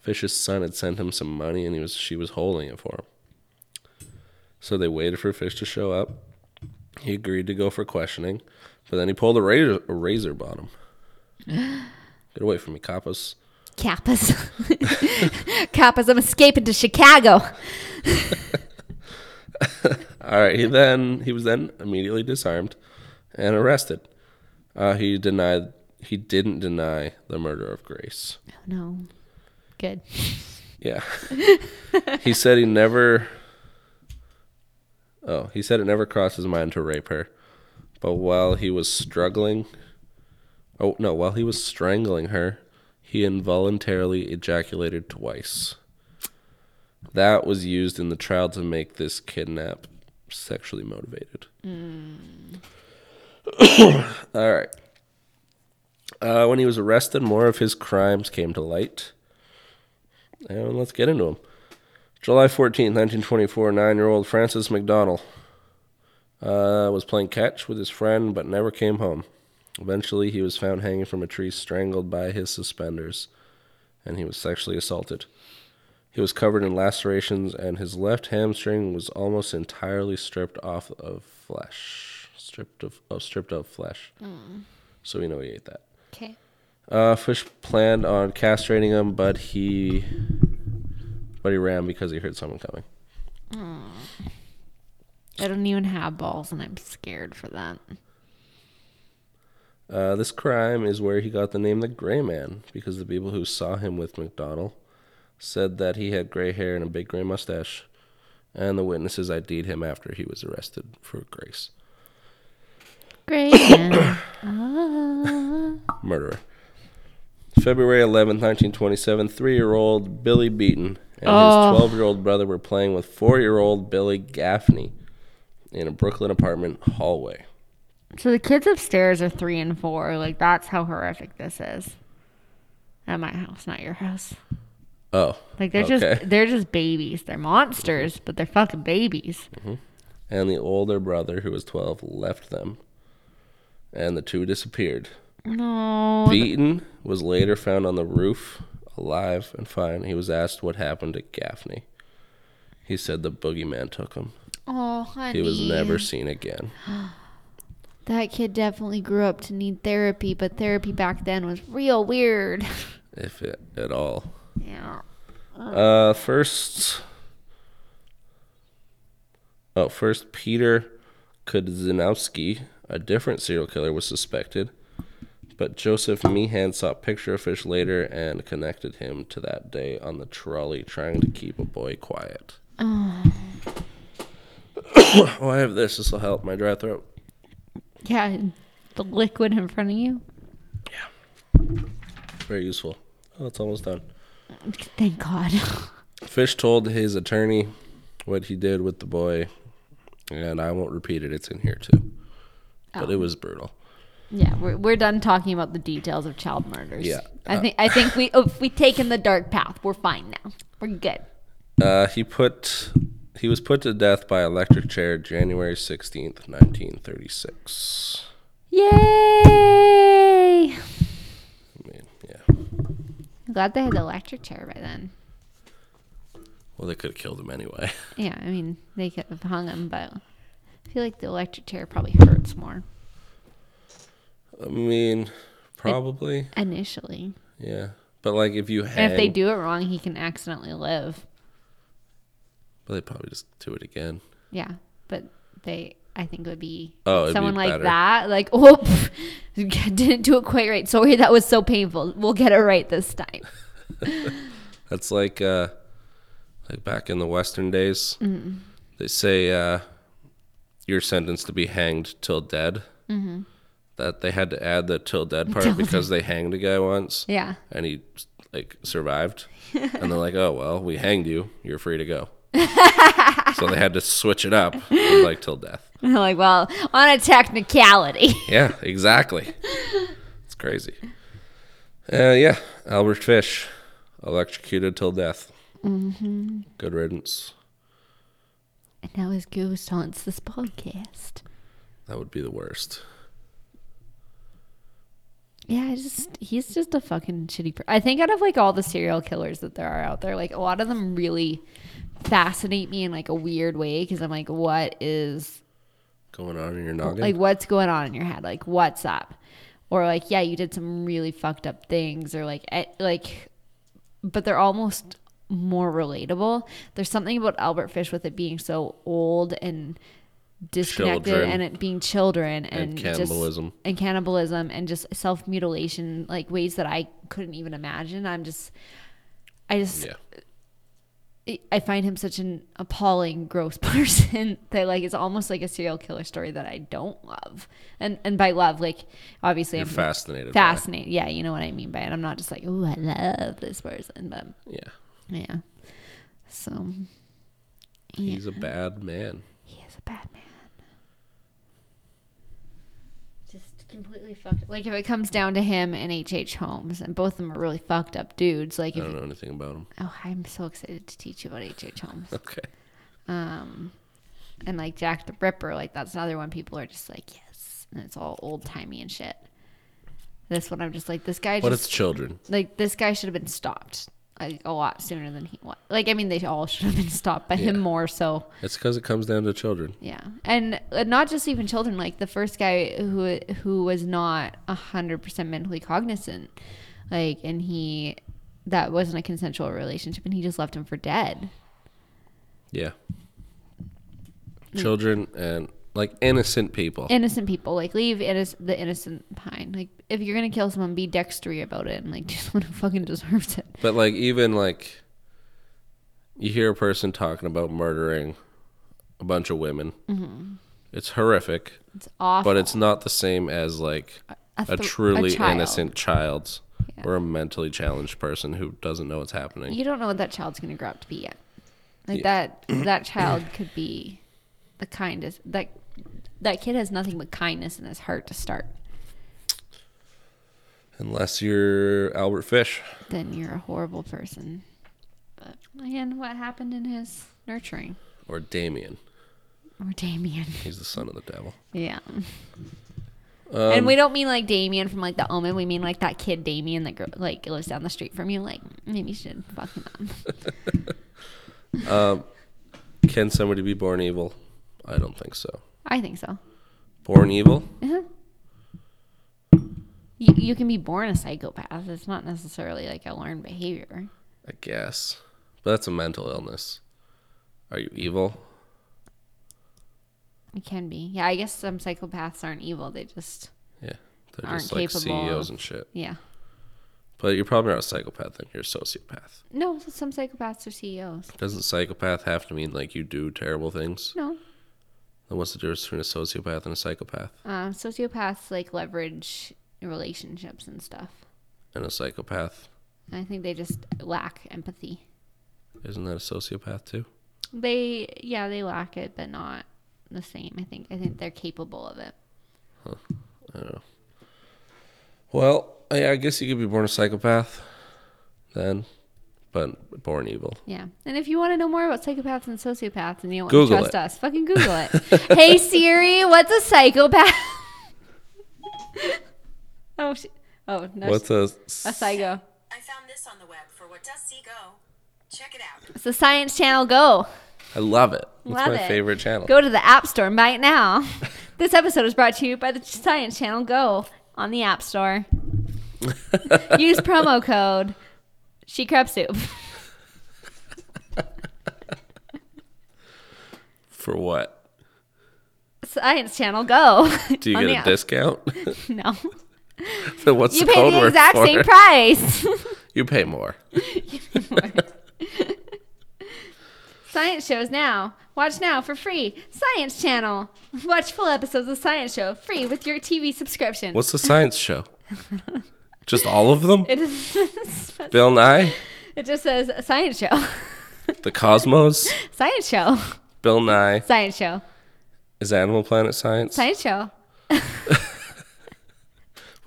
Fish's son had sent him some money, and he was she was holding it for him. So they waited for Fish to show up. He agreed to go for questioning, but then he pulled a razor, a razor bottom. Get away from me, coppers. Kappas. Kappas, I'm escaping to Chicago. All right. He then he was then immediately disarmed and arrested. Uh, he denied he didn't deny the murder of Grace. Oh, no. Good. Yeah. he said he never. Oh, he said it never crossed his mind to rape her, but while he was struggling, oh no, while he was strangling her, he involuntarily ejaculated twice. That was used in the trial to make this kidnap sexually motivated. All right. Uh, when he was arrested, more of his crimes came to light. And let's get into them. July 14, 1924, nine year old Francis McDonnell uh, was playing catch with his friend but never came home. Eventually, he was found hanging from a tree, strangled by his suspenders, and he was sexually assaulted. He was covered in lacerations, and his left hamstring was almost entirely stripped off of flesh. Stripped of, oh, stripped of flesh. So we know he ate that. Okay. Uh, Fish planned on castrating him, but he but he ran because he heard someone coming. I don't even have balls, and I'm scared for that. Uh, this crime is where he got the name the Gray Man because the people who saw him with McDonald said that he had gray hair and a big gray mustache, and the witnesses ID'd him after he was arrested for Grace Great. man. Ah. murderer. February 11, 1927, three-year-old Billy Beaton and Oh. his 12-year-old brother were playing with four-year-old Billy Gaffney in a Brooklyn apartment hallway. so the kids upstairs are three and four. Like, that's how horrific this is. At my house, not your house. Oh, Like they're Okay. just they're just babies. They're monsters, but they're fucking babies. and the older brother, who was 12, left them, and the two disappeared. No. Beaton was later found on the roof, alive and fine. He was asked what happened to Gaffney. He said the boogeyman took him. Oh, honey. He was never seen again. That kid definitely grew up to need therapy, but therapy back then was real weird. if it, at all. yeah. Uh, first, oh, first Peter Kudzinowski, a different serial killer, was suspected, but Joseph Meehan saw a picture of Fish later and connected him to that day on the trolley, trying to keep a boy quiet. oh, I have this. This will help my dry throat. Yeah, the liquid in front of you. Very useful. Oh, it's almost done. Thank God. Fish told his attorney what he did with the boy, and I won't repeat it. It's in here too. But Oh. it was brutal. yeah, we're, we're done talking about the details of child murders. Yeah. I think I think we if we take in the dark path, we're fine now. We're good. Uh, he put he was put to death by electric chair January sixteenth, nineteen thirty six. Yay! I mean, yeah. I'm glad they had the electric chair by then. Well, they could have killed him anyway. Yeah, I mean, they could have hung him, but I feel like the electric chair probably hurts more I mean, probably, initially. yeah. But like, if you hang, And if they do it wrong, he can accidentally live. but they probably just do it again. Yeah, but they, I think, it would be Oh, it'd be someone like better. that. Like, oh, pff, didn't do it quite right. Sorry, that was so painful. We'll get it right this time. That's like uh like back in the western days. They say uh you're sentenced to be hanged till dead. Mm-hmm. That they had to add the till dead part because they hanged a guy once Yeah. and he like survived. and they're like, "Oh, well, we hanged you. You're free to go." so they had to switch it up and, like till death. I'm like, well, on a technicality. Yeah, exactly. it's crazy. Uh, yeah, Albert Fish, electrocuted till death. Mm-hmm. Good riddance. and now his ghost haunts this podcast. That would be the worst. Yeah, I just he's just a fucking shitty. Per- I think out of like all the serial killers that there are out there, like a lot of them really fascinate me in like a weird way because I'm like, what is Going on in your noggin. like what's going on in your head? Like what's up? Or like, yeah, you did some really fucked up things, or like, eh, like, but they're almost more relatable. There's something about Albert Fish with it being so old and disconnected, Children. and it being children and, And just- cannibalism. and cannibalism and just self mutilation, like ways that I couldn't even imagine. I'm just, I just, yeah. I find him such an appalling, gross person that like it's almost like a serial killer story that I don't love. And and by love, like obviously You're I'm fascinated. by it. fascinated. Yeah, you know what I mean by it. I'm not just like, oh, I love this person, but Yeah. yeah. So He's a bad man. he is a bad man. Just completely fucked up. Like if it comes down to him and H. H. Holmes, and both of them are really fucked up dudes. Like I if don't know anything about him. oh, I'm so excited to teach you about H. H. Holmes. Okay. um, and like Jack the Ripper, like that's another one people are just like, yes, and it's all old timey and shit. This one, I'm just like, this guy But just it's children. like this guy should have been stopped like a lot sooner than he was. Like I mean, they all should have been stopped, but him more so. It's because it comes down to children. Yeah, and uh, not just even children. Like the first guy who who was not hundred percent mentally cognizant, like, and he that wasn't a consensual relationship, and he just left him for dead. Yeah. Children and like innocent people. innocent people like leave innoc- the innocent behind like if you're gonna kill someone be dextery about it and like just someone who fucking deserves it But like even like you hear a person talking about murdering a bunch of women. Mm-hmm. It's horrific, it's awful but it's not the same as like Oh. A a, th- a truly child. innocent child or a mentally challenged person who doesn't know what's happening. you don't know what that child's gonna grow up to be yet like that that child could be the kindest that that kid has nothing but kindness in his heart to start Unless you're Albert Fish. then you're a horrible person but again what happened in his nurturing Or Damien. or damien He's the son of the devil. yeah and we don't mean like Damien from like The Omen. We mean like that kid Damien that gr- like lives down the street from you. Like maybe you should fuck him up. Can somebody be born evil? I don't think so. I think so. Born evil? Uh-huh. You, you can be born a psychopath. It's not necessarily like a learned behavior. I guess. But that's a mental illness. Are you evil? It can be. Yeah, I guess some psychopaths aren't evil. They just Yeah. They're Aren't just like capable CEOs of- and shit. yeah. But you're probably not a psychopath then you're a sociopath. No, some psychopaths are E CEOs. Doesn't psychopath have to mean like you do terrible things? No, Then what's the difference between a sociopath and a psychopath? um, sociopaths like leverage relationships and stuff. And a psychopath I think they just lack empathy. isn't that a sociopath too? They yeah, they lack it, but not the same. I think I think they're capable of it. I don't know. Well, I, I guess you could be born a psychopath then, but born evil. Yeah. And if you want to know more about psychopaths and sociopaths and you don't Google want to trust it. us, fucking Google it. hey Siri, what's a psychopath? oh, she, oh no, What's a, a psycho? I found this on the web for what does C go? Check it out. It's the Science Channel. Go, I love it. It's Love my it. favorite channel. go to the App Store and buy it now. this episode is brought to you by the Science Channel. Go on the App Store. Use promo code she crab soup. For what? Science Channel, go. Do you On get a the app- discount? No. So What's You the pay code the word exact for same it? price. You pay more. Science shows now. Watch now for free. Science Channel. Watch full episodes of Science Show free with your TV subscription. What's the science show? Just all of them? It, is, Bill Nye, it just says Science Show. The Cosmos, Science Show. Bill Nye, Science Show. Is Animal Planet science? Science show.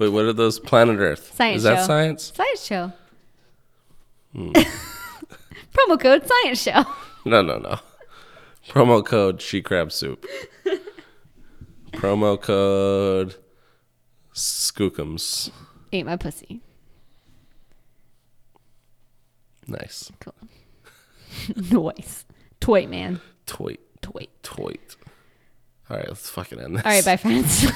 Wait, what are those? Planet Earth. Science Is that show. science? Science show. Hmm. Promo code science show. No, no, no. Promo code she crab soup. Promo code skookums. Ate my pussy. Nice. Cool. Noise. Toy man. Toit. Toy. Toit. All right, let's fucking end this. All right, bye friends.